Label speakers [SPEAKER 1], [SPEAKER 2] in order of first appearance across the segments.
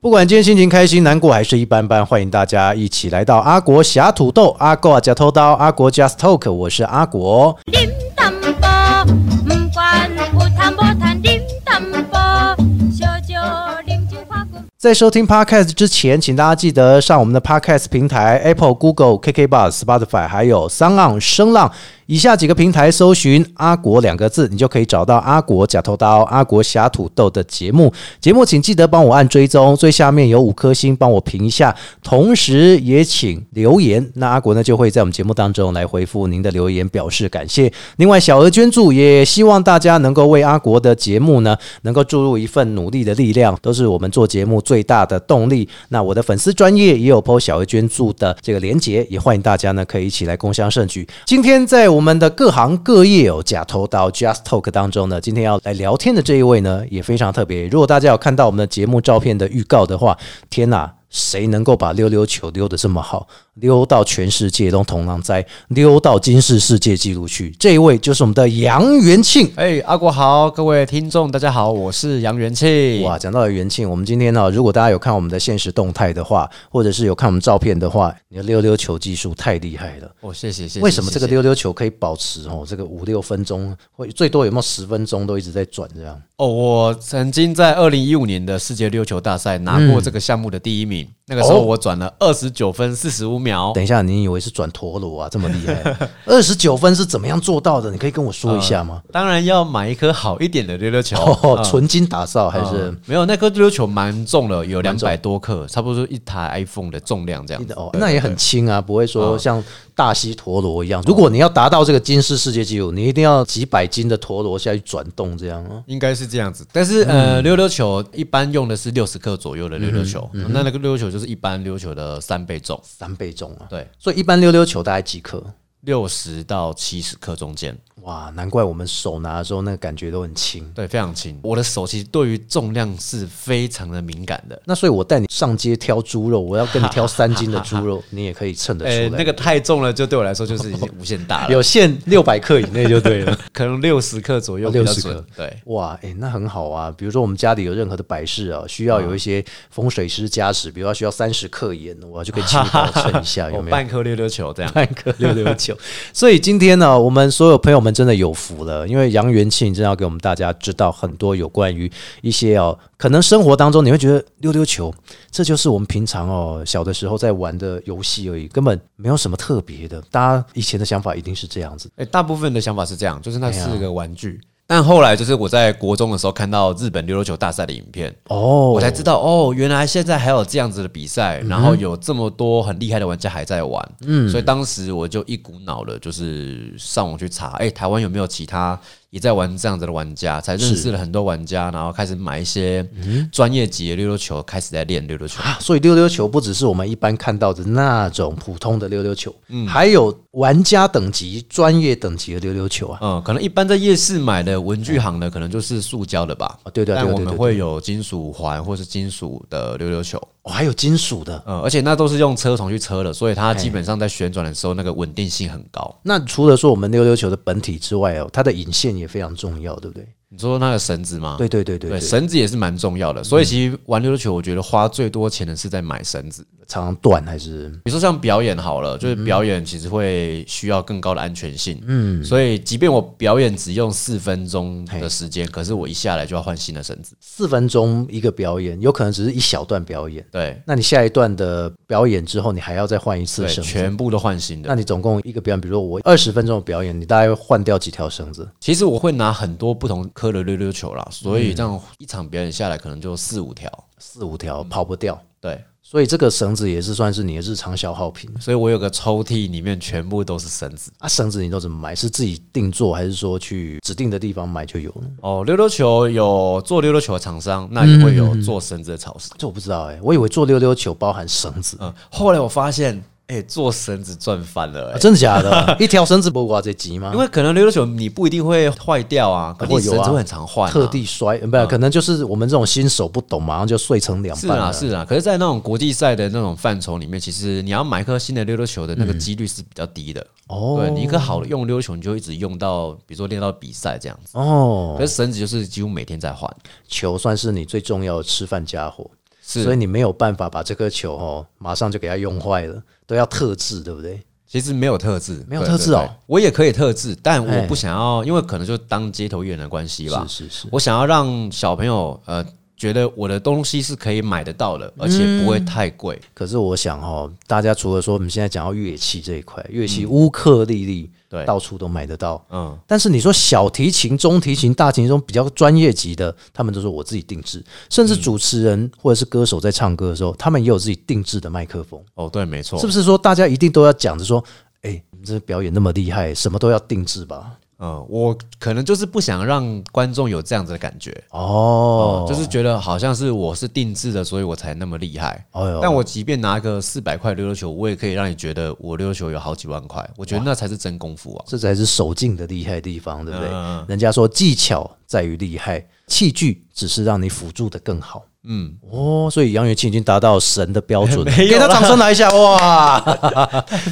[SPEAKER 1] 不管今天心情开心、难过还是一般般，欢迎大家一起来到阿国侠土豆、阿国啊加偷刀、阿国 Just Talk，我是阿国。
[SPEAKER 2] điểm tâm bò Mùm quan u tham bò than điểm tâm bò Cho cho điểm chữ khoa cùng
[SPEAKER 1] 在收听 Podcast 之前，请大家记得上我们的 Podcast 平台 Apple、Google、KK Bus、Spotify，还有 s o n on 声浪以下几个平台搜寻“阿国”两个字，你就可以找到阿国假头刀、阿国侠土豆的节目。节目请记得帮我按追踪，最下面有五颗星，帮我评一下。同时也请留言，那阿国呢就会在我们节目当中来回复您的留言，表示感谢。另外，小额捐助也希望大家能够为阿国的节目呢能够注入一份努力的力量，都是我们做节目最大的动力。那我的粉丝专业也有 PO 小额捐助的这个连结，也欢迎大家呢可以一起来共襄盛举。今天在我们的各行各业哦假头刀 Just Talk 当中呢，今天要来聊天的这一位呢也非常特别。如果大家有看到我们的节目照片的预告的话，天哪！谁能够把溜溜球溜得这么好，溜到全世界都同浪在，溜到金氏世界纪录去？这一位就是我们的杨元庆。
[SPEAKER 3] 哎、阿国好，各位听众大家好，我是杨元庆。
[SPEAKER 1] 哇，讲到了元庆，我们今天呢、如果大家有看我们的现实动态的话，或者是有看我们照片的话，你的溜溜球技术太厉害了。
[SPEAKER 3] 哦，谢谢谢谢。
[SPEAKER 1] 为什么这个
[SPEAKER 3] 谢谢
[SPEAKER 1] 溜溜球可以保持哦？这个五六分钟，或最多有没有十分钟都一直在转这样？
[SPEAKER 3] 哦，我曾经在二零一五年的世界溜球大赛拿过这个项目的第一名，那个时
[SPEAKER 1] 哦
[SPEAKER 3] 候我转了二十九分四十五秒。
[SPEAKER 1] 等一下，你以为是转陀螺啊？这么厉 害，二十九分是怎么样做到的？你可以跟我说一下吗？
[SPEAKER 3] 当然要买一颗好一点的溜溜球，
[SPEAKER 1] 哦，
[SPEAKER 3] 嗯
[SPEAKER 1] 纯金打造还是
[SPEAKER 3] 嗯没有那颗溜溜球蛮重了，有两百多克，差不多一台 iPhone 的重量这样子。嗯
[SPEAKER 1] 哦，那也很轻啊，不会说像大西陀螺
[SPEAKER 3] 哦
[SPEAKER 1] 一样。如果你要达到这个金氏世界纪录，你一定要几百斤的陀螺下去转动这样哦。
[SPEAKER 3] 应该是这样子，但是呃，溜溜球一般用的是六十克左右的溜溜球，那那个溜溜球就是一般溜溜球的三倍重，
[SPEAKER 1] 三倍重啊。
[SPEAKER 3] 对，
[SPEAKER 1] 所以一般溜溜球大概几克？
[SPEAKER 3] 六十到七十克中间，
[SPEAKER 1] 哇，难怪我们手拿的时候那个感觉都很轻。
[SPEAKER 3] 对，非常轻。我的手其实对于重量是非常的敏感的，
[SPEAKER 1] 那所以我带你上街挑猪肉，我要跟你挑三斤的猪 肉，你也可以称得
[SPEAKER 3] 呃，
[SPEAKER 1] 出来。
[SPEAKER 3] 那个太重了，就对我来说就是已经无限 大了，
[SPEAKER 1] 有限六百克以内就对 了。
[SPEAKER 3] 可能哦六十克左右比较
[SPEAKER 1] 60
[SPEAKER 3] 准
[SPEAKER 1] 克，
[SPEAKER 3] 对。
[SPEAKER 1] 哇，哎、那很好啊。比如说我们家里有任何的摆饰啊，需
[SPEAKER 3] 嗯
[SPEAKER 1] 要有一些风水师加持，比如说需要三十克盐，我就可以请你帮我称一 下，有
[SPEAKER 3] 哦，
[SPEAKER 1] 没有？
[SPEAKER 3] 半颗溜溜球这样，
[SPEAKER 1] 半颗六六九。所以今天呢，我们所有朋友们真的有福了，因为杨元庆真的要给我们大家知道很多有关于一些哦，可能生活当中你会觉得溜溜球，这就是我们平常哦小的时候在玩的游戏而已，根本没有什么特别的。大家以前的想法一定是这样子，
[SPEAKER 3] 哎、大部分的想法是这样，就是那是个玩具。但后来就是我在国中的时候看到日本溜溜球大赛的影片，
[SPEAKER 1] 哦，嗯
[SPEAKER 3] 我才知道哦，原来现在还有这样子的比赛，然后有这么多很厉害的玩家还在玩，嗯，所以当时我就一股脑的，就是上网去查，哎、台湾有没有其他也在玩这样子的玩家，才认识了很多玩家，然后开始买一些专业级的溜溜球，开始在练溜溜球。
[SPEAKER 1] 嗯啊，所以溜溜球不只是我们一般看到的那种普通的溜溜球，
[SPEAKER 3] 嗯
[SPEAKER 1] 还有玩家等级、专业等级的溜溜球啊。
[SPEAKER 3] 嗯，可能一般在夜市买的文具行的，可能就是塑胶的吧
[SPEAKER 1] 哦。对对对
[SPEAKER 3] 但
[SPEAKER 1] 对
[SPEAKER 3] 我
[SPEAKER 1] 对
[SPEAKER 3] 们
[SPEAKER 1] 对
[SPEAKER 3] 会有金属环或是金属的溜溜球，
[SPEAKER 1] 哦，还有金属的。
[SPEAKER 3] 呃，而且那都是用车床去车的，所以
[SPEAKER 1] 哎
[SPEAKER 3] 它基本上在旋转的时候，那个稳定性很高。
[SPEAKER 1] 那除了说我们溜溜球的本体之外哦，它的引线也非常重要，对不对？
[SPEAKER 3] 你说那个绳子吗？
[SPEAKER 1] 对对对对
[SPEAKER 3] 啊对
[SPEAKER 1] 对，嗯
[SPEAKER 3] 绳子也是蛮重要的。所以其实玩溜溜球，我觉得花最多钱的是在买绳子。
[SPEAKER 1] 常常断还是
[SPEAKER 3] 比如说像表演好了，
[SPEAKER 1] 嗯
[SPEAKER 3] 就是表演其实会需要更高的安全性。嗯，所以即便我表演只用四分钟的时间，可是我一下来就要换新的绳子。
[SPEAKER 1] 四分钟一个表演，有可能只是一小段表演。
[SPEAKER 3] 对
[SPEAKER 1] 那你下一段的表演之后，你还要再换一次
[SPEAKER 3] 对，
[SPEAKER 1] 绳子。
[SPEAKER 3] 全部都换新的
[SPEAKER 1] 那。你总共一个表演，比如说我二十分钟的表演，你大概会换掉几条绳子？
[SPEAKER 3] 其实我会拿很多不同科的溜溜球啦，所
[SPEAKER 1] 嗯
[SPEAKER 3] 以这样一场表演下来可能就四五条。
[SPEAKER 1] 四五条，
[SPEAKER 3] 嗯
[SPEAKER 1] 跑不掉。
[SPEAKER 3] 对，
[SPEAKER 1] 所以这个绳子也是算是你的日常消耗品
[SPEAKER 3] 所以我有个抽屉里面全部都是绳子。
[SPEAKER 1] 啊。绳子你都怎么买？是自己定做，还是说去指定的地方买就有呢？
[SPEAKER 3] 哦，溜溜球有做溜溜球的厂商，那也会
[SPEAKER 1] 嗯
[SPEAKER 3] 有做绳子的厂商。
[SPEAKER 1] 这我不知道哎、我以为做溜溜球包含绳子、
[SPEAKER 3] 嗯，后来我发现，哎、做绳子赚翻了、
[SPEAKER 1] 啊，
[SPEAKER 3] 哎、
[SPEAKER 1] 真的假 的？一条绳子不挂这集吗
[SPEAKER 3] 因？为可能溜溜球你不一定会坏掉啊，可
[SPEAKER 1] 会
[SPEAKER 3] 是
[SPEAKER 1] 有啊
[SPEAKER 3] 绳子会很常换、啊，
[SPEAKER 1] 特地摔，呃不、可能就是我们这种新手不懂，马上就碎成两
[SPEAKER 3] 是
[SPEAKER 1] 半
[SPEAKER 3] 啊
[SPEAKER 1] 了。
[SPEAKER 3] 是啊。可是，在那种国际赛的那种范畴里面，其实你要买一颗新的溜溜球的那个几率是比较低的。
[SPEAKER 1] 哦
[SPEAKER 3] 对你一颗好的用溜溜球，你就一直用到，比如说练到比赛这样子。
[SPEAKER 1] 哦，
[SPEAKER 3] 可是绳子就是几乎每天在换，
[SPEAKER 1] 球算是你最重要的吃饭家伙。
[SPEAKER 3] 是
[SPEAKER 1] 所以你没有办法把这颗球哦马上就给它用坏了，都要特制，对不对？
[SPEAKER 3] 其实没有特质，
[SPEAKER 1] 没有
[SPEAKER 3] 对
[SPEAKER 1] 特质哦，
[SPEAKER 3] 对对我也可以特质，但
[SPEAKER 1] 哎
[SPEAKER 3] 我不想要，因为可能就当街头艺人的关系吧，
[SPEAKER 1] 是是是，
[SPEAKER 3] 我想要让小朋友呃觉得我的东西是可以买得到的，而
[SPEAKER 1] 嗯
[SPEAKER 3] 且不会太贵。
[SPEAKER 1] 可是我想哦，大家除了说我们现在讲到乐器这一块，乐器乌克丽丽、
[SPEAKER 3] 对
[SPEAKER 1] 到处都买得到，
[SPEAKER 3] 嗯，
[SPEAKER 1] 但是你说小提琴、中提琴、大提琴这种比较专业级的，他们都是我自己定制，甚至主持人或者是歌手在唱歌的时候，他们也有自己定制的麦克风，
[SPEAKER 3] 哦，对，没错，
[SPEAKER 1] 是不是说大家一定都要讲着说，哎、你这表演那么厉害，什么都要定制吧？
[SPEAKER 3] 嗯，我可能就是不想让观众有这样子的感觉，
[SPEAKER 1] 哦，
[SPEAKER 3] 就是觉得好像是我是定制的，所以我才那么厉害。
[SPEAKER 1] 哎呦
[SPEAKER 3] 但我即便拿个四百块溜溜球，我也可以让你觉得我溜溜球有好几万块，我觉得那才是真功夫啊！
[SPEAKER 1] 这才是手劲的厉害的地方，对不对？
[SPEAKER 3] 嗯
[SPEAKER 1] 人家说技巧在于厉害，器具只是让你辅助的更好。嗯，哦，所以杨元庆已经达到神的标准了，
[SPEAKER 3] 没有
[SPEAKER 1] 给他
[SPEAKER 3] 啦
[SPEAKER 1] 掌声来一下，哇！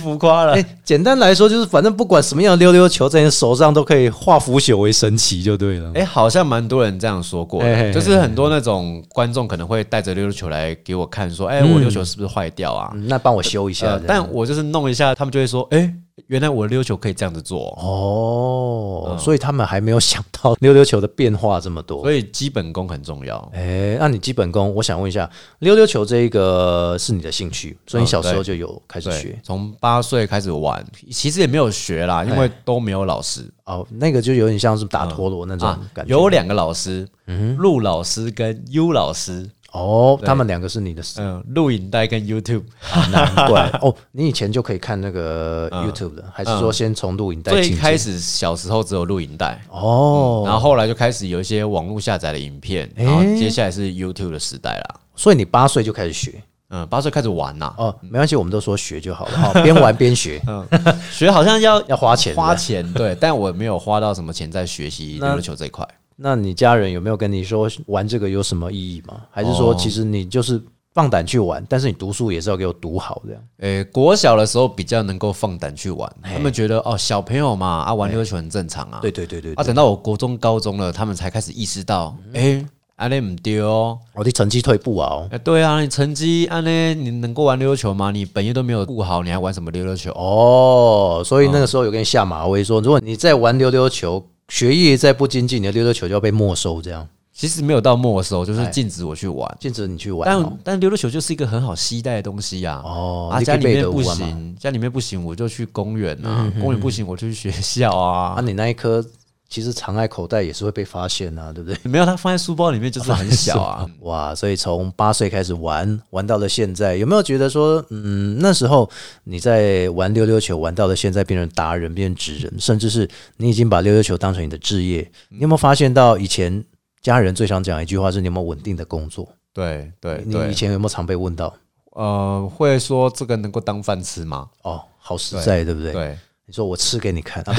[SPEAKER 3] 浮夸了
[SPEAKER 1] 哎、简单来说就是，反正不管什么样的溜溜球，在你手上都可以化腐朽为神奇，就对了。
[SPEAKER 3] 哎、好像蛮多人这样说过的，
[SPEAKER 1] 哎哎哎
[SPEAKER 3] 就是很多那种观众可能会带着溜溜球来给我看，说：“哎、我溜球是不是坏掉啊？”
[SPEAKER 1] 嗯那帮我修一下、
[SPEAKER 3] 呃
[SPEAKER 1] 这样
[SPEAKER 3] 但我就是弄一下，他们就会说：“哎、原来我的溜球可以这样子做哦。
[SPEAKER 1] 哦，所以他们还没有想到溜溜球的变化这么多。
[SPEAKER 3] 嗯所以基本功很重要。
[SPEAKER 1] 哎、那你基本功，我想问一下，溜溜球这一个是你的兴趣，所以你小时候
[SPEAKER 3] 嗯
[SPEAKER 1] 就有开始学
[SPEAKER 3] 对，。从八岁开始玩，其实也没有学
[SPEAKER 1] 哎
[SPEAKER 3] 啦，因为都没有老师
[SPEAKER 1] 哦，那个就有点像是打陀螺那种
[SPEAKER 3] 啊
[SPEAKER 1] 感，觉。嗯
[SPEAKER 3] 有两个老师，陆老师跟 U 老师，
[SPEAKER 1] 哦，他们两个是你的事，
[SPEAKER 3] 嗯，录影带跟 YouTube，
[SPEAKER 1] 难 怪哦。你以前就可以看那个 YouTube 的，还是说先从录影带
[SPEAKER 3] 嗯最
[SPEAKER 1] 进
[SPEAKER 3] 开
[SPEAKER 1] 阶？
[SPEAKER 3] 始嗯小时候只有录影带，
[SPEAKER 1] 哦，
[SPEAKER 3] 然后后来就开始有一些网络下载的影片，然后接下来是 YouTube 的时代啦。
[SPEAKER 1] 所以你八岁就开始学
[SPEAKER 3] 嗯，八岁开始玩啦，
[SPEAKER 1] 哦，没关系，我们都说学就好了，哈，边玩边 学，
[SPEAKER 3] 学好像要
[SPEAKER 1] 要花钱。
[SPEAKER 3] 花。钱， 对，但我没有花到什么钱在学习
[SPEAKER 1] 那
[SPEAKER 3] 溜溜球这一块。
[SPEAKER 1] 那你家人有没有跟你说玩这个有什么意义吗？还是说
[SPEAKER 3] 哦
[SPEAKER 1] 其实你就是放胆去玩，但是你读书也是要给我读好这样？
[SPEAKER 3] 诶、国小的时候比较能够放胆去玩，他们觉得哦，小朋友嘛，啊，玩溜溜球很正常啊。
[SPEAKER 1] 对对对对
[SPEAKER 3] 啊，
[SPEAKER 1] 对，
[SPEAKER 3] 等到我国中、高中了，他们才开始意识到，
[SPEAKER 1] 嗯
[SPEAKER 3] 诶，安内唔丢哦，
[SPEAKER 1] 我的成绩退步啊，哦
[SPEAKER 3] 哎、对啊，你成绩安内你能够玩溜溜球吗？你本业都没有顾好，你还玩什么溜溜球？哦，
[SPEAKER 1] 哦，所以那个时候有跟你下马威说，如果你再玩溜溜球，学业再不精进，你的溜溜球就要被没收，这样
[SPEAKER 3] 其实没有到没收，
[SPEAKER 1] 哎
[SPEAKER 3] 就是禁止我去玩。
[SPEAKER 1] 禁止你去玩哦。
[SPEAKER 3] 但但溜溜球就是一个很好携带的东西呀、啊。
[SPEAKER 1] 哦
[SPEAKER 3] 啊，
[SPEAKER 1] 你可以
[SPEAKER 3] 家里
[SPEAKER 1] 背
[SPEAKER 3] 面
[SPEAKER 1] 得
[SPEAKER 3] 不
[SPEAKER 1] 完嘛嗯
[SPEAKER 3] 行，家里面不行，我就去公园啊。公园不行，我就去学校啊
[SPEAKER 1] 啊，。你那一颗其实藏在口袋也是会被发现啊，对不对？
[SPEAKER 3] 没有，它放在书包里面就是很小啊。
[SPEAKER 1] 哇，所以从八岁开始玩，玩到了现在，有没有觉得说，嗯，那时候你在玩溜溜球，玩到了现在变成达人，变成职人，甚至是你已经把溜溜球当成你的职业，你有没有发现到以前家人最常讲一句话是你有没有稳定的工作？
[SPEAKER 3] 对对
[SPEAKER 1] 你
[SPEAKER 3] 对
[SPEAKER 1] 以，前有没有常被问到？
[SPEAKER 3] 呃，会说这个能够当饭吃吗？
[SPEAKER 1] 哦，好实在，对不对？
[SPEAKER 3] 对，
[SPEAKER 1] 你说我吃给你 看，啊、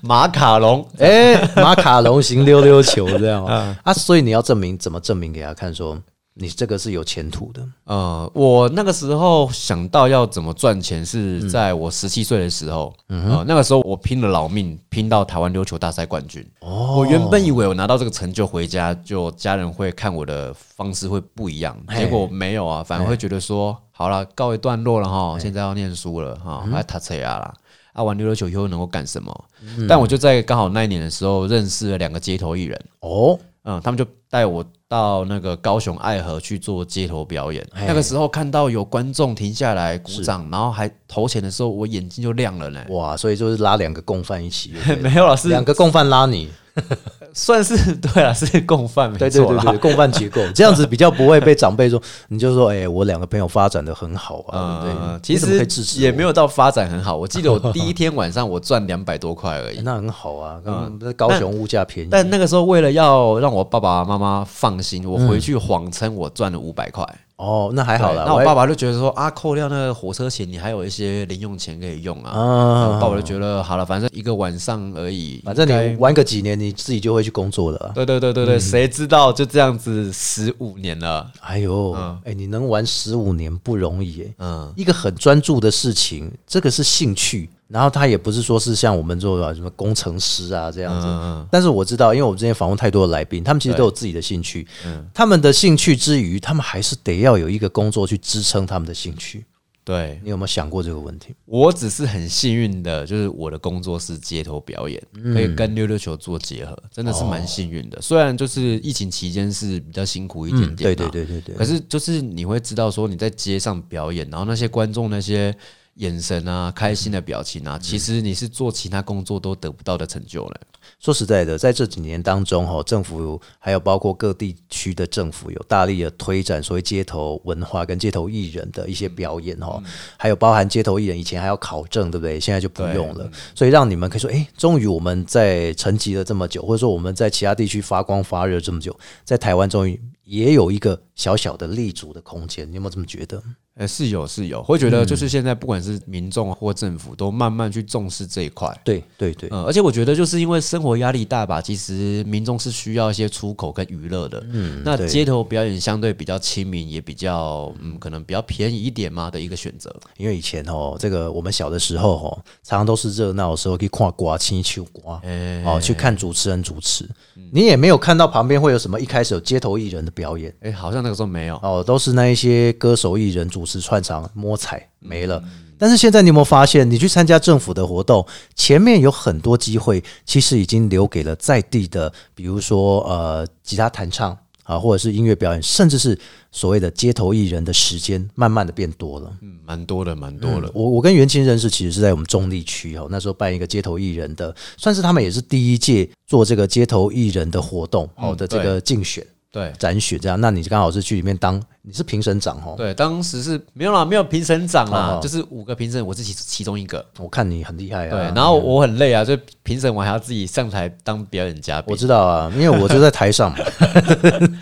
[SPEAKER 3] 马卡龙，
[SPEAKER 1] 哎、马卡龙型溜溜球这样 哦啊，所以你要证明怎么证明给他看说你这个是有前途的。
[SPEAKER 3] 呃，我那个时候想到要怎么赚钱，是在我十七岁的时候。嗯、呃，那个时候我拼了老命，拼到台湾溜球大赛冠军。哦，我原本以为我拿到这个成就回家，就家人会看我的方式会不一样，
[SPEAKER 1] 嘿
[SPEAKER 3] 结果没有啊，反而会觉得说，好了，告一段落了哈，现在要念书了哈，来塔车呀啦。啊，玩溜溜球以后能够干什么？但我就在刚好那一年的时候认识了两个街头艺人，
[SPEAKER 1] 哦，
[SPEAKER 3] 嗯，他们就带我到那个高雄爱河去做街头表演。
[SPEAKER 1] 嘿
[SPEAKER 3] 那个时候看到有观众停下来鼓掌，然后还投钱的时候，我眼睛就亮了呢。
[SPEAKER 1] 哇，所以就是拉两个共犯一起，对不对
[SPEAKER 3] 没有老师，
[SPEAKER 1] 两个共犯拉你，
[SPEAKER 3] 算是对了，是共犯，没
[SPEAKER 1] 对对
[SPEAKER 3] 错
[SPEAKER 1] 对
[SPEAKER 3] 啦。
[SPEAKER 1] 对，共犯结构， 这样子比较不会被长辈说，你就说，哎、我两个朋友发展的很好啊，对不对？
[SPEAKER 3] 嗯，
[SPEAKER 1] 你
[SPEAKER 3] 其
[SPEAKER 1] 怎么可以支
[SPEAKER 3] 实
[SPEAKER 1] 持
[SPEAKER 3] 也没
[SPEAKER 1] 有、
[SPEAKER 3] 有到发展很好。我记得我第一天晚上我赚两百多块而
[SPEAKER 1] 哎
[SPEAKER 3] 已，
[SPEAKER 1] 那很好啊，刚刚高雄物价便宜，
[SPEAKER 3] 但那个时候为了要让我爸爸妈妈放心，我回去谎称我赚了五百块。
[SPEAKER 1] 哦，那还好啦。
[SPEAKER 3] 对那我
[SPEAKER 1] 还
[SPEAKER 3] 爸爸就觉得说啊，扣掉那个火车钱，你还有一些零用钱可以用啊。
[SPEAKER 1] 啊
[SPEAKER 3] 然后爸爸就觉得好了，反正一个晚上而已，
[SPEAKER 1] 反正
[SPEAKER 3] 应
[SPEAKER 1] 你
[SPEAKER 3] 该。
[SPEAKER 1] 玩个几年，你自己就会去工作了啊、
[SPEAKER 3] 对对对对对，谁知道就这样子十五年了，
[SPEAKER 1] 哎呦，哎、你能玩十五年不容易哎、
[SPEAKER 3] 嗯，
[SPEAKER 1] 一个很专注的事情，这个是兴趣，然后他也不是说是像我们做的什么工程师啊这样子，
[SPEAKER 3] 嗯
[SPEAKER 1] 但是我知道，因为我们之前访问太多的来宾，他们其实都有自己的兴趣，
[SPEAKER 3] 嗯
[SPEAKER 1] 他们的兴趣之余，他们还是得要有一个工作去支撑他们的兴趣。
[SPEAKER 3] 对
[SPEAKER 1] 你有没有想过这个问题？
[SPEAKER 3] 我只是很幸运的，就是我的工作是街头表演，
[SPEAKER 1] 嗯
[SPEAKER 3] 可以跟溜溜球做结合，真的是蛮幸运的。虽然就是疫情期间是比较辛苦一点点、
[SPEAKER 1] 嗯对对。对对对
[SPEAKER 3] 可。是就是你会知道说你在街上表演，然后那些观众那些眼神啊、开心的表情啊，其实你是做其他工作都得不到的成就了。
[SPEAKER 1] 说实在的，在这几年当中，哈，政府还有包括各地区的政府有大力的推展所谓街头文化跟街头艺人的一些表演，哈、还有包含街头艺人以前还要考证，对不对？现在就不用了，所以让你们可以说，哎，终于我们在沉寂了这么久，或者说我们在其他地区发光发热这么久，在台湾终于也有一个小小的立足的空间，你有没有这么觉得？
[SPEAKER 3] 呃，是有是有，会觉得
[SPEAKER 1] 嗯
[SPEAKER 3] 就是现在不管是民众或政府都慢慢去重视这一块。
[SPEAKER 1] 对对对，
[SPEAKER 3] 嗯，而且我觉得就是因为生活压力大吧，其实民众是需要一些出口跟娱乐的。嗯，那
[SPEAKER 1] 对
[SPEAKER 3] 街头表演相对比较亲民，也比较嗯，可能比较便宜一点嘛的一个选择。
[SPEAKER 1] 因为以前哦，这个我们小的时候哦，常常都是热闹的时候去看瓜、青秋瓜，哦，去看主持人主持，你也没有看到旁边会有什么一开始有街头艺人的表演
[SPEAKER 3] 哎、好像那个时候没有。
[SPEAKER 1] 哦，都是那一些歌手、艺人主持串场摸彩没了。但是现在你有没有发现，你去参加政府的活动，前面有很多机会，其实已经留给了在地的，比如说呃吉他弹唱啊，或者是音乐表演，甚至是所谓的街头艺人的时间，慢慢的变多了。
[SPEAKER 3] 嗯，蛮多的，蛮多的。
[SPEAKER 1] 我我跟袁清认识，其实是在我们中立区哦，那时候办一个街头艺人的，算是他们也是第一届做这个街头艺人的活动哦
[SPEAKER 3] 嗯
[SPEAKER 1] 的这个竞选、
[SPEAKER 3] 对
[SPEAKER 1] 展选这样。那你刚好是去里面当你是评审长哦，
[SPEAKER 3] 对，当时是没有啦，没有评审长啦，
[SPEAKER 1] 哦哦
[SPEAKER 3] 就是五个评审，我是其其中一个。
[SPEAKER 1] 我看你很厉害啊。
[SPEAKER 3] 对，然后我很累啊，就评审我还要自己上台当表演嘉宾
[SPEAKER 1] 我。知道啊，因为我就在台 上嘛，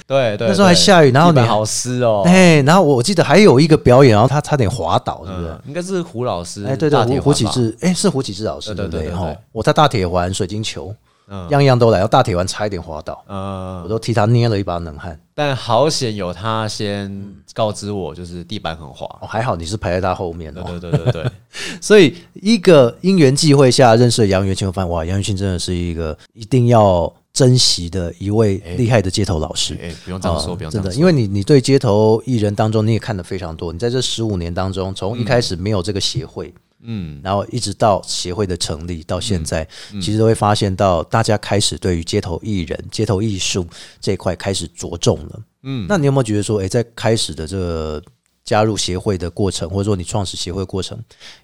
[SPEAKER 3] 对对，
[SPEAKER 1] 那时候还
[SPEAKER 3] 对
[SPEAKER 1] 下雨然后
[SPEAKER 3] 地板
[SPEAKER 1] 你还
[SPEAKER 3] 好湿哦。
[SPEAKER 1] 哎，然后我记得还有一个表演，然后他差点滑倒，是不是？
[SPEAKER 3] 嗯，应该是胡老师，
[SPEAKER 1] 哎，对对，
[SPEAKER 3] 大铁
[SPEAKER 1] 胡胡
[SPEAKER 3] 环
[SPEAKER 1] 启
[SPEAKER 3] 吧，
[SPEAKER 1] 志，哎，是胡启志老师对
[SPEAKER 3] 对对
[SPEAKER 1] 不对？
[SPEAKER 3] 对对
[SPEAKER 1] 哈
[SPEAKER 3] 对，
[SPEAKER 1] 我他大铁环、水晶球，
[SPEAKER 3] 嗯
[SPEAKER 1] 样样都来，然后大铁环差一点滑倒，
[SPEAKER 3] 呃
[SPEAKER 1] 我，都替他捏了一把冷汗。
[SPEAKER 3] 但好险有他先告知我，就是地板很滑。
[SPEAKER 1] 哦，还好你是排在他后面哦。
[SPEAKER 3] 对对 对对对，
[SPEAKER 1] 所以一个因缘际会下认识了杨元庆，我发现哇，杨元庆真的是一个一定要珍惜的一位厉害的街头老师。
[SPEAKER 3] 哎、不用这样说，
[SPEAKER 1] 哦
[SPEAKER 3] 不用这
[SPEAKER 1] 真
[SPEAKER 3] 样
[SPEAKER 1] 的，
[SPEAKER 3] 说，
[SPEAKER 1] 因为你你对街头艺人当中你也看得非常多，你在这十五年当中，从一开始没有这个协会，
[SPEAKER 3] 嗯，
[SPEAKER 1] 然后一直到协会的成立到现在，其实都会发现到大家开始对于街头艺人、街头艺术这一块开始着重了。嗯，那你有没有觉得说，诶，在开始的这个加入协会的过程，或者说你创始协会的过程，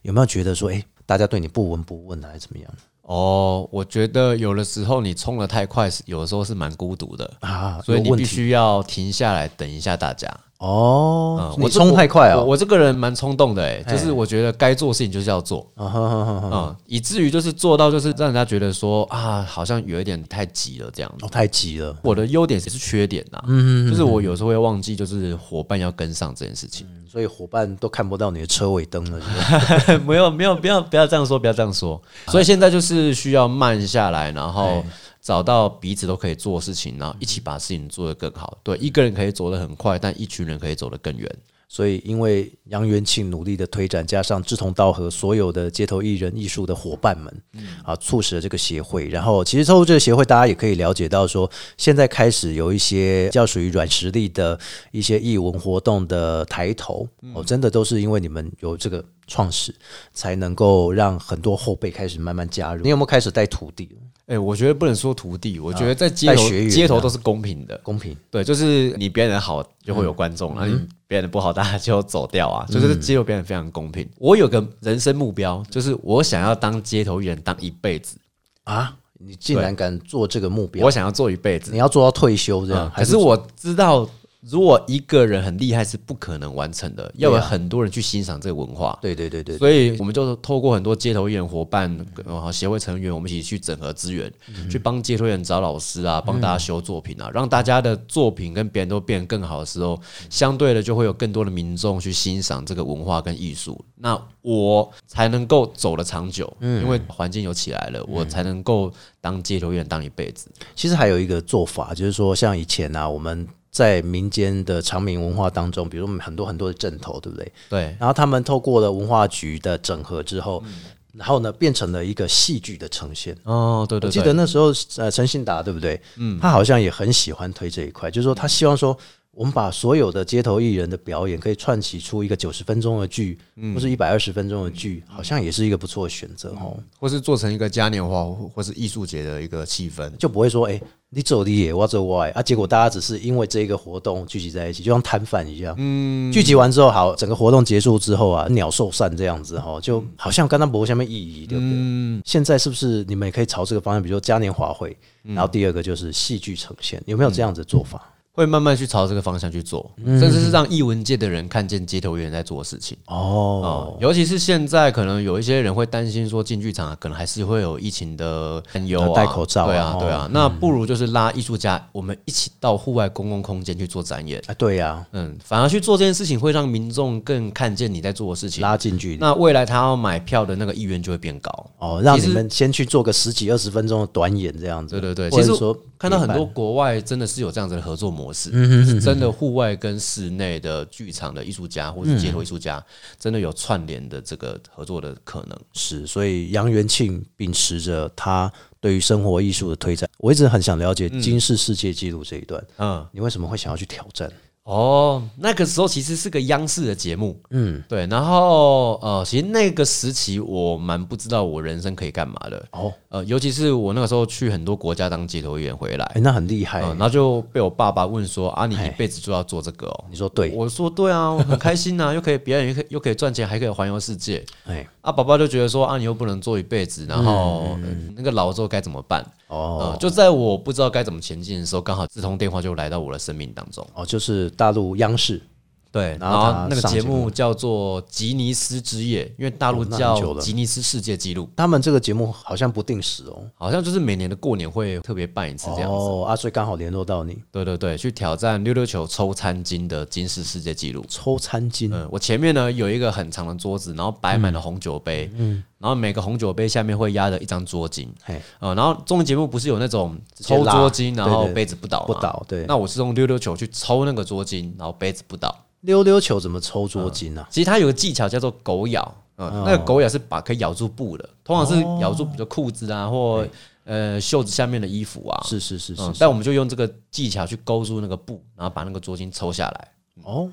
[SPEAKER 1] 有没有觉得说，诶，大家对你不闻不问啊，还是怎么样
[SPEAKER 3] 哦，我觉得有的时候你冲的太快，是有的时候是蛮孤独的。
[SPEAKER 1] 啊？
[SPEAKER 3] 所以你
[SPEAKER 1] 有问
[SPEAKER 3] 必
[SPEAKER 1] 题
[SPEAKER 3] 须要停下来等一下大家。
[SPEAKER 1] 哦，
[SPEAKER 3] 嗯，
[SPEAKER 1] 你
[SPEAKER 3] 我这
[SPEAKER 1] 冲太快哦。
[SPEAKER 3] 我
[SPEAKER 1] 哎
[SPEAKER 3] 我这个人蛮冲动的、欸，就是我觉得该做的事情就是要做，
[SPEAKER 1] 啊哈哈哈哈
[SPEAKER 3] 嗯，以至于就是做到就是让人家觉得说啊，好像有一点太急了这样子
[SPEAKER 1] 哦，。太急了。
[SPEAKER 3] 我的优点也是缺点呐、嗯，就是我有时候会忘记，就是伙伴要跟上这件事情。
[SPEAKER 1] 所以伙伴都看不到你的车尾灯了，是不是
[SPEAKER 3] 没有没有，不要不要这样说，不要这样说。 哎所以现在就是需要慢下来，然后找到彼此都可以做的事情，然后一起把事情做得更好。对，一个人可以走得很快，但一群人可以走得更远。
[SPEAKER 1] 所以，因为杨元庆努力的推展，加上志同道合所有的街头艺人艺术的伙伴们，
[SPEAKER 3] 嗯
[SPEAKER 1] 啊，促使了这个协会。然后，其实透过这个协会，大家也可以了解到说，现在开始有一些较属于软实力的一些艺文活动的抬头，
[SPEAKER 3] 嗯
[SPEAKER 1] 哦，真的都是因为你们有这个创始，才能够让很多后辈开始慢慢加入。
[SPEAKER 3] 嗯
[SPEAKER 1] 你有没有开始带徒弟？
[SPEAKER 3] 哎、我觉得不能说徒弟，我觉得在街
[SPEAKER 1] 带
[SPEAKER 3] 头、
[SPEAKER 1] 学员啊
[SPEAKER 3] 街头都是公平的。
[SPEAKER 1] 公平
[SPEAKER 3] 对，就是你表演的好就
[SPEAKER 1] 嗯
[SPEAKER 3] 会有观众，然后你表演的不好，大家就走掉啊。就是街头表演非常公平。我有个人生目标，就是我想要当街头艺人当一辈子，
[SPEAKER 1] 啊！你竟然敢做这个目标
[SPEAKER 3] 我，想要做一辈子
[SPEAKER 1] 你。要做到退休这样？
[SPEAKER 3] 嗯
[SPEAKER 1] 还
[SPEAKER 3] 可是我知道，如果一个人很厉害是不可能完成的，要有
[SPEAKER 1] 啊
[SPEAKER 3] 很多人去欣赏这个文化。
[SPEAKER 1] 对对对对，
[SPEAKER 3] 所以我们就透过很多街头艺人伙伴、然后协会成员，我们一起去整合资源，去帮街头艺人找老师啊，帮大家修作品啊，让大家的作品跟别人都变得更好的时候，相对的就会有更多的民众去欣赏这个文化跟艺术，那我才能够走得长久，因为环境有起来了，我才能够当街头艺人当一辈子。
[SPEAKER 1] 其实还有一个做法，就是说，像以前啊，我们在民间的长明文化当中，比如我们很多很多的镇头，对不对？
[SPEAKER 3] 对，嗯
[SPEAKER 1] 然后他们透过了文化局的整合之后，然后呢，变成了一个戏剧的呈现。
[SPEAKER 3] 哦，对对
[SPEAKER 1] 我
[SPEAKER 3] 对，嗯
[SPEAKER 1] 记得那时候呃，陈信达对不对？他好像也很喜欢推这一块，就是说他希望说。我们把所有的街头艺人的表演可以串起出一个九十分钟的剧，
[SPEAKER 3] 嗯
[SPEAKER 1] 或是一百二十分钟的剧，好像也是一个不错的选择哦。
[SPEAKER 3] 或是做成一个嘉年华或或是艺术节的一个气氛。
[SPEAKER 1] 就不会说，哎、你走你也，我走我也啊，结果大家只是因为这一个活动聚集在一起，就像摊贩一样。嗯，聚集完之后，好，整个活动结束之后啊，鸟兽散这样子哈，就好像跟他没什么意义，对不对？嗯，现在是不是你们也可以朝这个方向，比如说嘉年华会，
[SPEAKER 3] 嗯
[SPEAKER 1] 然后第二个就是戏剧呈现，有没有这样子的做法？
[SPEAKER 3] 会慢慢去朝这个方向去做，
[SPEAKER 1] 嗯
[SPEAKER 3] 甚至是让艺文界的人看见街头艺人在做的事情。
[SPEAKER 1] 哦，
[SPEAKER 3] 哦，尤其是现在，可能有一些人会担心说进剧场、啊、可能还是会有疫情的担忧、
[SPEAKER 1] 呃
[SPEAKER 3] 啊，
[SPEAKER 1] 戴口罩啊
[SPEAKER 3] 对啊
[SPEAKER 1] 哦，
[SPEAKER 3] 对啊。那不如就是拉艺术家，我们一起到户外公共空间去做展演。
[SPEAKER 1] 啊，对呀、
[SPEAKER 3] 嗯，反而去做这件事情，会让民众更看见你在做的事情。
[SPEAKER 1] 拉近距离
[SPEAKER 3] 那未来他要买票的那个意愿就会变高。
[SPEAKER 1] 哦，让
[SPEAKER 3] 其
[SPEAKER 1] 你
[SPEAKER 3] 实
[SPEAKER 1] 们先去做个十几二十分钟的短演这样子。
[SPEAKER 3] 对对对，
[SPEAKER 1] 或
[SPEAKER 3] 其
[SPEAKER 1] 者
[SPEAKER 3] 实
[SPEAKER 1] 说
[SPEAKER 3] 看到很
[SPEAKER 1] 陪
[SPEAKER 3] 多
[SPEAKER 1] 伴
[SPEAKER 3] 国外真的是有这样子的合作模式，是真的户外跟室内的剧场的艺术家或是街头艺术家，真的有串联的这个合作的可能。
[SPEAKER 1] 是，所以杨元庆秉持着他对于生活艺术的推展，我一直很想了解金氏世界纪录这一段，
[SPEAKER 3] 嗯，
[SPEAKER 1] 你为什么会想要去挑战？
[SPEAKER 3] 哦，那个时候其实是个央视的节目，嗯，对。然后呃，其实那个时期我蛮不知道我人生可以干嘛的，
[SPEAKER 1] 哦，
[SPEAKER 3] 呃，尤其是我那个时候去很多国家当街头艺人回来，
[SPEAKER 1] 哎、那很厉害、
[SPEAKER 3] 嗯，然后就被我爸爸问说：“啊，你一辈子就要做这个哦？”
[SPEAKER 1] 你说对
[SPEAKER 3] 我说：“对啊，我很开心呐、又可以表演，又可以又可以赚钱，还可以环游世界。
[SPEAKER 1] 哎、”
[SPEAKER 3] 啊，爸爸就觉得说：“啊，你又不能做一辈子，然后、呃那个老了之后该怎么办？”
[SPEAKER 1] 嗯哦、
[SPEAKER 3] 呃，就在我不知道该怎么前进的时候，刚好这通电话就来到我的生命当中。
[SPEAKER 1] 哦，就是大陆央视
[SPEAKER 3] 对，
[SPEAKER 1] 然
[SPEAKER 3] 然
[SPEAKER 1] 后他
[SPEAKER 3] 后那个
[SPEAKER 1] 上节
[SPEAKER 3] 节
[SPEAKER 1] 目
[SPEAKER 3] 目叫做《吉尼斯之夜》，因为大陆
[SPEAKER 1] 哦那很
[SPEAKER 3] 叫
[SPEAKER 1] 久了
[SPEAKER 3] 《吉尼斯世界纪录》，
[SPEAKER 1] 他们这个节目好像不定时哦，
[SPEAKER 3] 好像就是每年的过年会特别办一次这样子。
[SPEAKER 1] 哦，啊，所以刚好联络到你
[SPEAKER 3] 对对对，去挑战溜溜球抽餐巾的金氏世界纪录。
[SPEAKER 1] 抽餐巾，
[SPEAKER 3] 嗯，我前面呢有一个很长的桌子，然后摆满了红酒杯，嗯，然后每个红酒杯下面会压着一张桌巾，
[SPEAKER 1] 嘿，
[SPEAKER 3] 呃，然后综艺节目不是有那种
[SPEAKER 1] 接
[SPEAKER 3] 抽
[SPEAKER 1] 拉
[SPEAKER 3] 桌巾，然
[SPEAKER 1] 对
[SPEAKER 3] 后
[SPEAKER 1] 对
[SPEAKER 3] 杯子不倒吗
[SPEAKER 1] 不倒对
[SPEAKER 3] 哦啊那我是用溜溜球去抽那个桌巾，然后杯子不倒。
[SPEAKER 1] 溜溜球怎么抽
[SPEAKER 3] 嗯
[SPEAKER 1] 捉巾啊？
[SPEAKER 3] 其实它有个技巧叫做狗咬，嗯，
[SPEAKER 1] 哦
[SPEAKER 3] 那个狗咬是把可以咬住布的，通常是咬住比如裤子啊或呃袖子下面的衣服啊，
[SPEAKER 1] 是是是是
[SPEAKER 3] 嗯，
[SPEAKER 1] 是
[SPEAKER 3] 但我们就用这个技巧去勾住那个布，然后把那个桌巾抽下来。
[SPEAKER 1] 哦，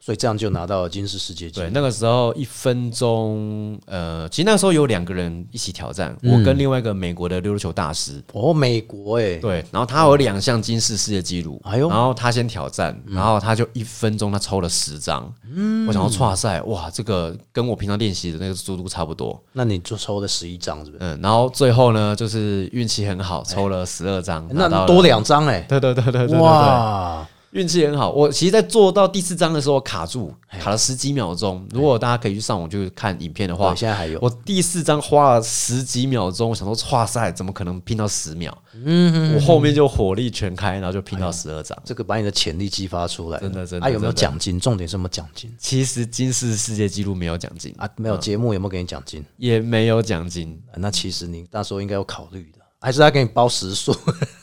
[SPEAKER 1] 所以这样就拿到了金氏世界纪
[SPEAKER 3] 对，
[SPEAKER 1] 录。
[SPEAKER 3] 那个时候一分钟，呃，其实那时候有两个人一起挑战，
[SPEAKER 1] 嗯
[SPEAKER 3] 我跟另外一个美国的溜溜球大师。
[SPEAKER 1] 哦，美国哎、
[SPEAKER 3] 对，然后他有两项金氏世界纪录，
[SPEAKER 1] 哎呦
[SPEAKER 3] 然后他先挑战，然后他就一分钟他抽了十张，嗯，我想要跨赛，哇，这个跟我平常练习的那个速度差不多，
[SPEAKER 1] 那你就抽了十一张，是不是？
[SPEAKER 3] 嗯，然后最后呢，就是运气很好，抽了十二张，拿到
[SPEAKER 1] 哎那
[SPEAKER 3] 了
[SPEAKER 1] 多，两张哎，
[SPEAKER 3] 对对对对对对对，
[SPEAKER 1] 哇，
[SPEAKER 3] 运气很好。我其实，在做到第四张的时候卡住，
[SPEAKER 1] 哎
[SPEAKER 3] 卡了十几秒钟。如果大家可以去上网去看影片的话
[SPEAKER 1] 对，现在还有
[SPEAKER 3] 我第四张花了十几秒钟，我想说，哇塞，怎么可能拼到十秒？嗯，我后面就火力全开，然后就拼
[SPEAKER 1] 哎
[SPEAKER 3] 到十二张。
[SPEAKER 1] 这个把你的潜力激发出来，
[SPEAKER 3] 真的真的
[SPEAKER 1] 啊，有没有
[SPEAKER 3] 真的
[SPEAKER 1] 奖金？重点是有没有奖金
[SPEAKER 3] 其实金氏世界纪录没有奖金，
[SPEAKER 1] 啊？没有节目有没有给你奖金？
[SPEAKER 3] 也没有奖金，
[SPEAKER 1] 啊那其实你那时候应该有考虑的，还是他给你包食 宿？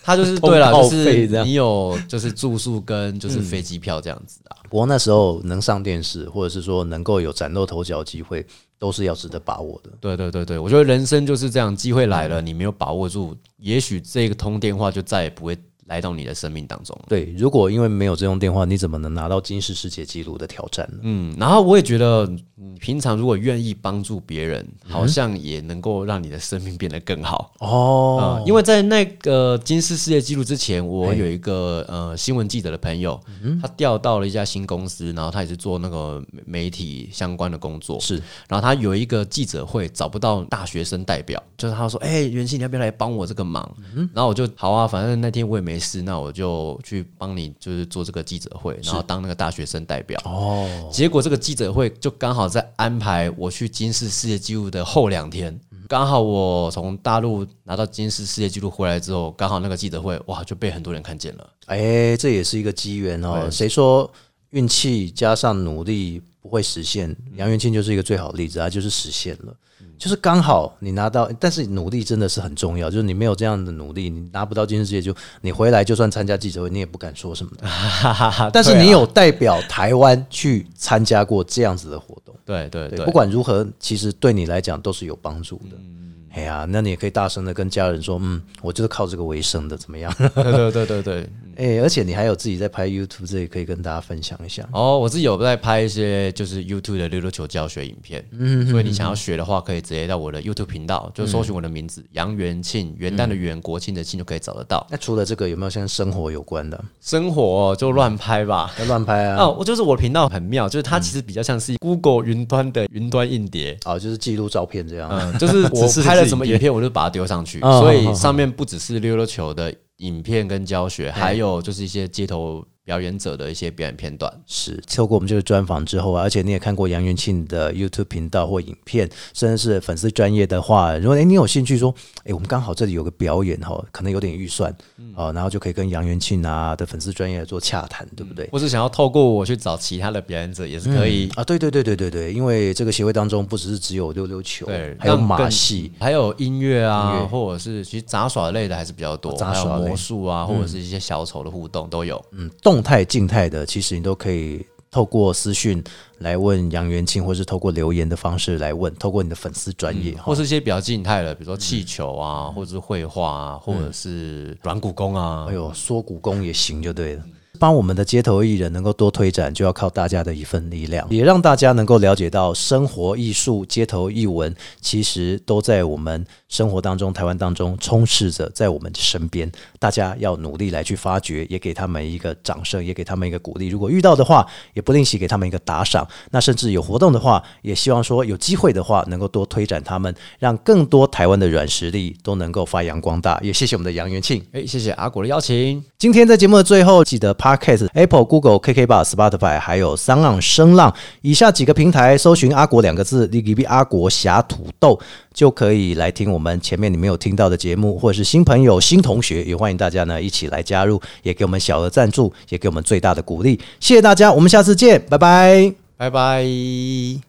[SPEAKER 3] 他就是对了，
[SPEAKER 1] 通告
[SPEAKER 3] 就
[SPEAKER 1] 费
[SPEAKER 3] 是
[SPEAKER 1] 这样嗯
[SPEAKER 3] 你有就是住宿跟就是飞机票这样子啊。
[SPEAKER 1] 不过那时候能上电视，或者是说能够有崭露头角的机会，都是要值得把握的。
[SPEAKER 3] 对对对对，我觉得人生就是这样，机会来
[SPEAKER 1] 嗯
[SPEAKER 3] 了，你没有把握住，也许这个通电话就再也不会来到你的生命当中。
[SPEAKER 1] 对，如果因为没有这通电话，你怎么能拿到金氏世界纪录的挑战呢？
[SPEAKER 3] 嗯，然后我也觉得，你平常如果愿意帮助别人，
[SPEAKER 1] 嗯
[SPEAKER 3] 好像也能够让你的生命变得更好。
[SPEAKER 1] 哦，哎
[SPEAKER 3] 呃，因为在那个金氏世界纪录之前，我有一个呃新闻记者的朋友，
[SPEAKER 1] 嗯
[SPEAKER 3] 他调到了一家新公司，然后他也是做那个媒媒体相关的工作。
[SPEAKER 1] 是，
[SPEAKER 3] 然后他有一个记者会找不到大学生代表，就是他说：“哎、袁熙，你要不要来帮我这个忙？”
[SPEAKER 1] 嗯
[SPEAKER 3] 然后我就好啊，反正那天我也没事，那我就去帮你就是做这个记者会，然后当那个大学生代表。
[SPEAKER 1] 哦，
[SPEAKER 3] 结果这个记者会就刚好在安排我去金氏世界纪录的后两天，刚好我从大陆拿到金氏世界纪录回来之后，刚好那个记者会哇就被很多人看见了。
[SPEAKER 1] 哎，这也是一个机缘哦。
[SPEAKER 3] 对
[SPEAKER 1] 谁说运气加上努力不会实现？杨元庆就是一个最好的例子，他啊就是实现了，
[SPEAKER 3] 嗯
[SPEAKER 1] 就是刚好你拿到，但是努力真的是很重要，就是你没有这样的努力，你拿不到金世界就你回来就算参加记者会，你也不敢说 什么的。
[SPEAKER 3] 哈哈哈
[SPEAKER 1] 但是
[SPEAKER 3] 对啊
[SPEAKER 1] 你有代表台湾去参加过这样子的活动，
[SPEAKER 3] 对对嗯
[SPEAKER 1] 对，
[SPEAKER 3] 对，
[SPEAKER 1] 不管如何，其实对你来讲都是有帮助的。哎呀，那你也可以大声的跟家人说，嗯，我就是靠这个为生的，怎么样？
[SPEAKER 3] 对对对对对。
[SPEAKER 1] 哎，而且你还有自己在拍 YouTube，这也可以跟大家分享一下。
[SPEAKER 3] 哦，我自己有在拍一些就是 YouTube 的溜溜球教学影片，嗯，所以你想要学的话，可以直接到我的 YouTube 频道，就搜寻我的名字杨元庆，元旦的元，国庆的庆就可以找得到。
[SPEAKER 1] 那除了这个，有没有像生活有关的？
[SPEAKER 3] 生活哦就乱拍吧。
[SPEAKER 1] 要乱拍啊？
[SPEAKER 3] 哦，我就是我的频道很妙，就是它其实比较像是 Google 云端的云端硬碟，
[SPEAKER 1] 哦，就是记录照片这样。
[SPEAKER 3] 嗯，就是我拍了什么影片，我就把它丢上去，
[SPEAKER 1] 哦
[SPEAKER 3] 所以上面不只是溜溜球的影片跟教学，还有就是一些街头表演者的一些表演片段。
[SPEAKER 1] 是透过我们这个专访之后啊，而且你也看过杨元庆的 YouTube 频道或影片，甚至是粉丝专业的话，如果哎诶你有兴趣说，诶我们刚好这里有个表演哈，可能有点预算
[SPEAKER 3] 嗯
[SPEAKER 1] 哦，然后就可以跟杨元庆啊的粉丝专业做洽谈，对不对？
[SPEAKER 3] 或是想要透过我去找其他的表演者，也是可以。
[SPEAKER 1] 啊，对对对对对对，因为这个协会当中不只是只有溜溜球
[SPEAKER 3] 对，，
[SPEAKER 1] 还有
[SPEAKER 3] 让
[SPEAKER 1] 马
[SPEAKER 3] 更
[SPEAKER 1] 戏，，
[SPEAKER 3] 还有音乐
[SPEAKER 1] 音
[SPEAKER 3] 啊
[SPEAKER 1] 乐，
[SPEAKER 3] 或者是其实杂耍类的还是比较多，
[SPEAKER 1] 杂
[SPEAKER 3] 还有
[SPEAKER 1] 耍类
[SPEAKER 3] 魔术啊，或者是一些小丑的互动都有。
[SPEAKER 1] 嗯，动态、静态的，其实你都可以透过私讯来问杨元庆，或是透过留言的方式来问，透过你的粉丝专业，
[SPEAKER 3] 或是一些比较静态的，比如说气球啊，或者是绘画啊，或者是软骨功啊
[SPEAKER 1] 嗯哎，呦，缩骨功也行就对了。帮我们的街头艺人能够多推展，就要靠大家的一份力量，也让大家能够了解到生活艺术、街头艺文，其实都在我们生活当中、台湾当中充斥着，在我们身边。大家要努力来去发掘，也给他们一个掌声，也给他们一个鼓励。如果遇到的话，也不吝惜给他们一个打赏。那甚至有活动的话，也希望说有机会的话，能够多推展他们，让更多台湾的软实力都能够发扬光大。也谢谢我们的杨元庆。
[SPEAKER 3] 哎，谢谢阿果的邀请，
[SPEAKER 1] 今天在节目的最后，记得 Podcast、Apple、Google、KK b o x Spotify 还有三浪声浪以下几个平台搜寻“阿国”两个字，你 b 阿国侠土豆就可以来听我们前面你没有听到的节目，或者是新朋友、新同学，也欢迎大家呢一起来加入，也给我们小额赞助，也给我们最大的鼓励，谢谢大家，我们下次见，拜拜。
[SPEAKER 3] 拜拜。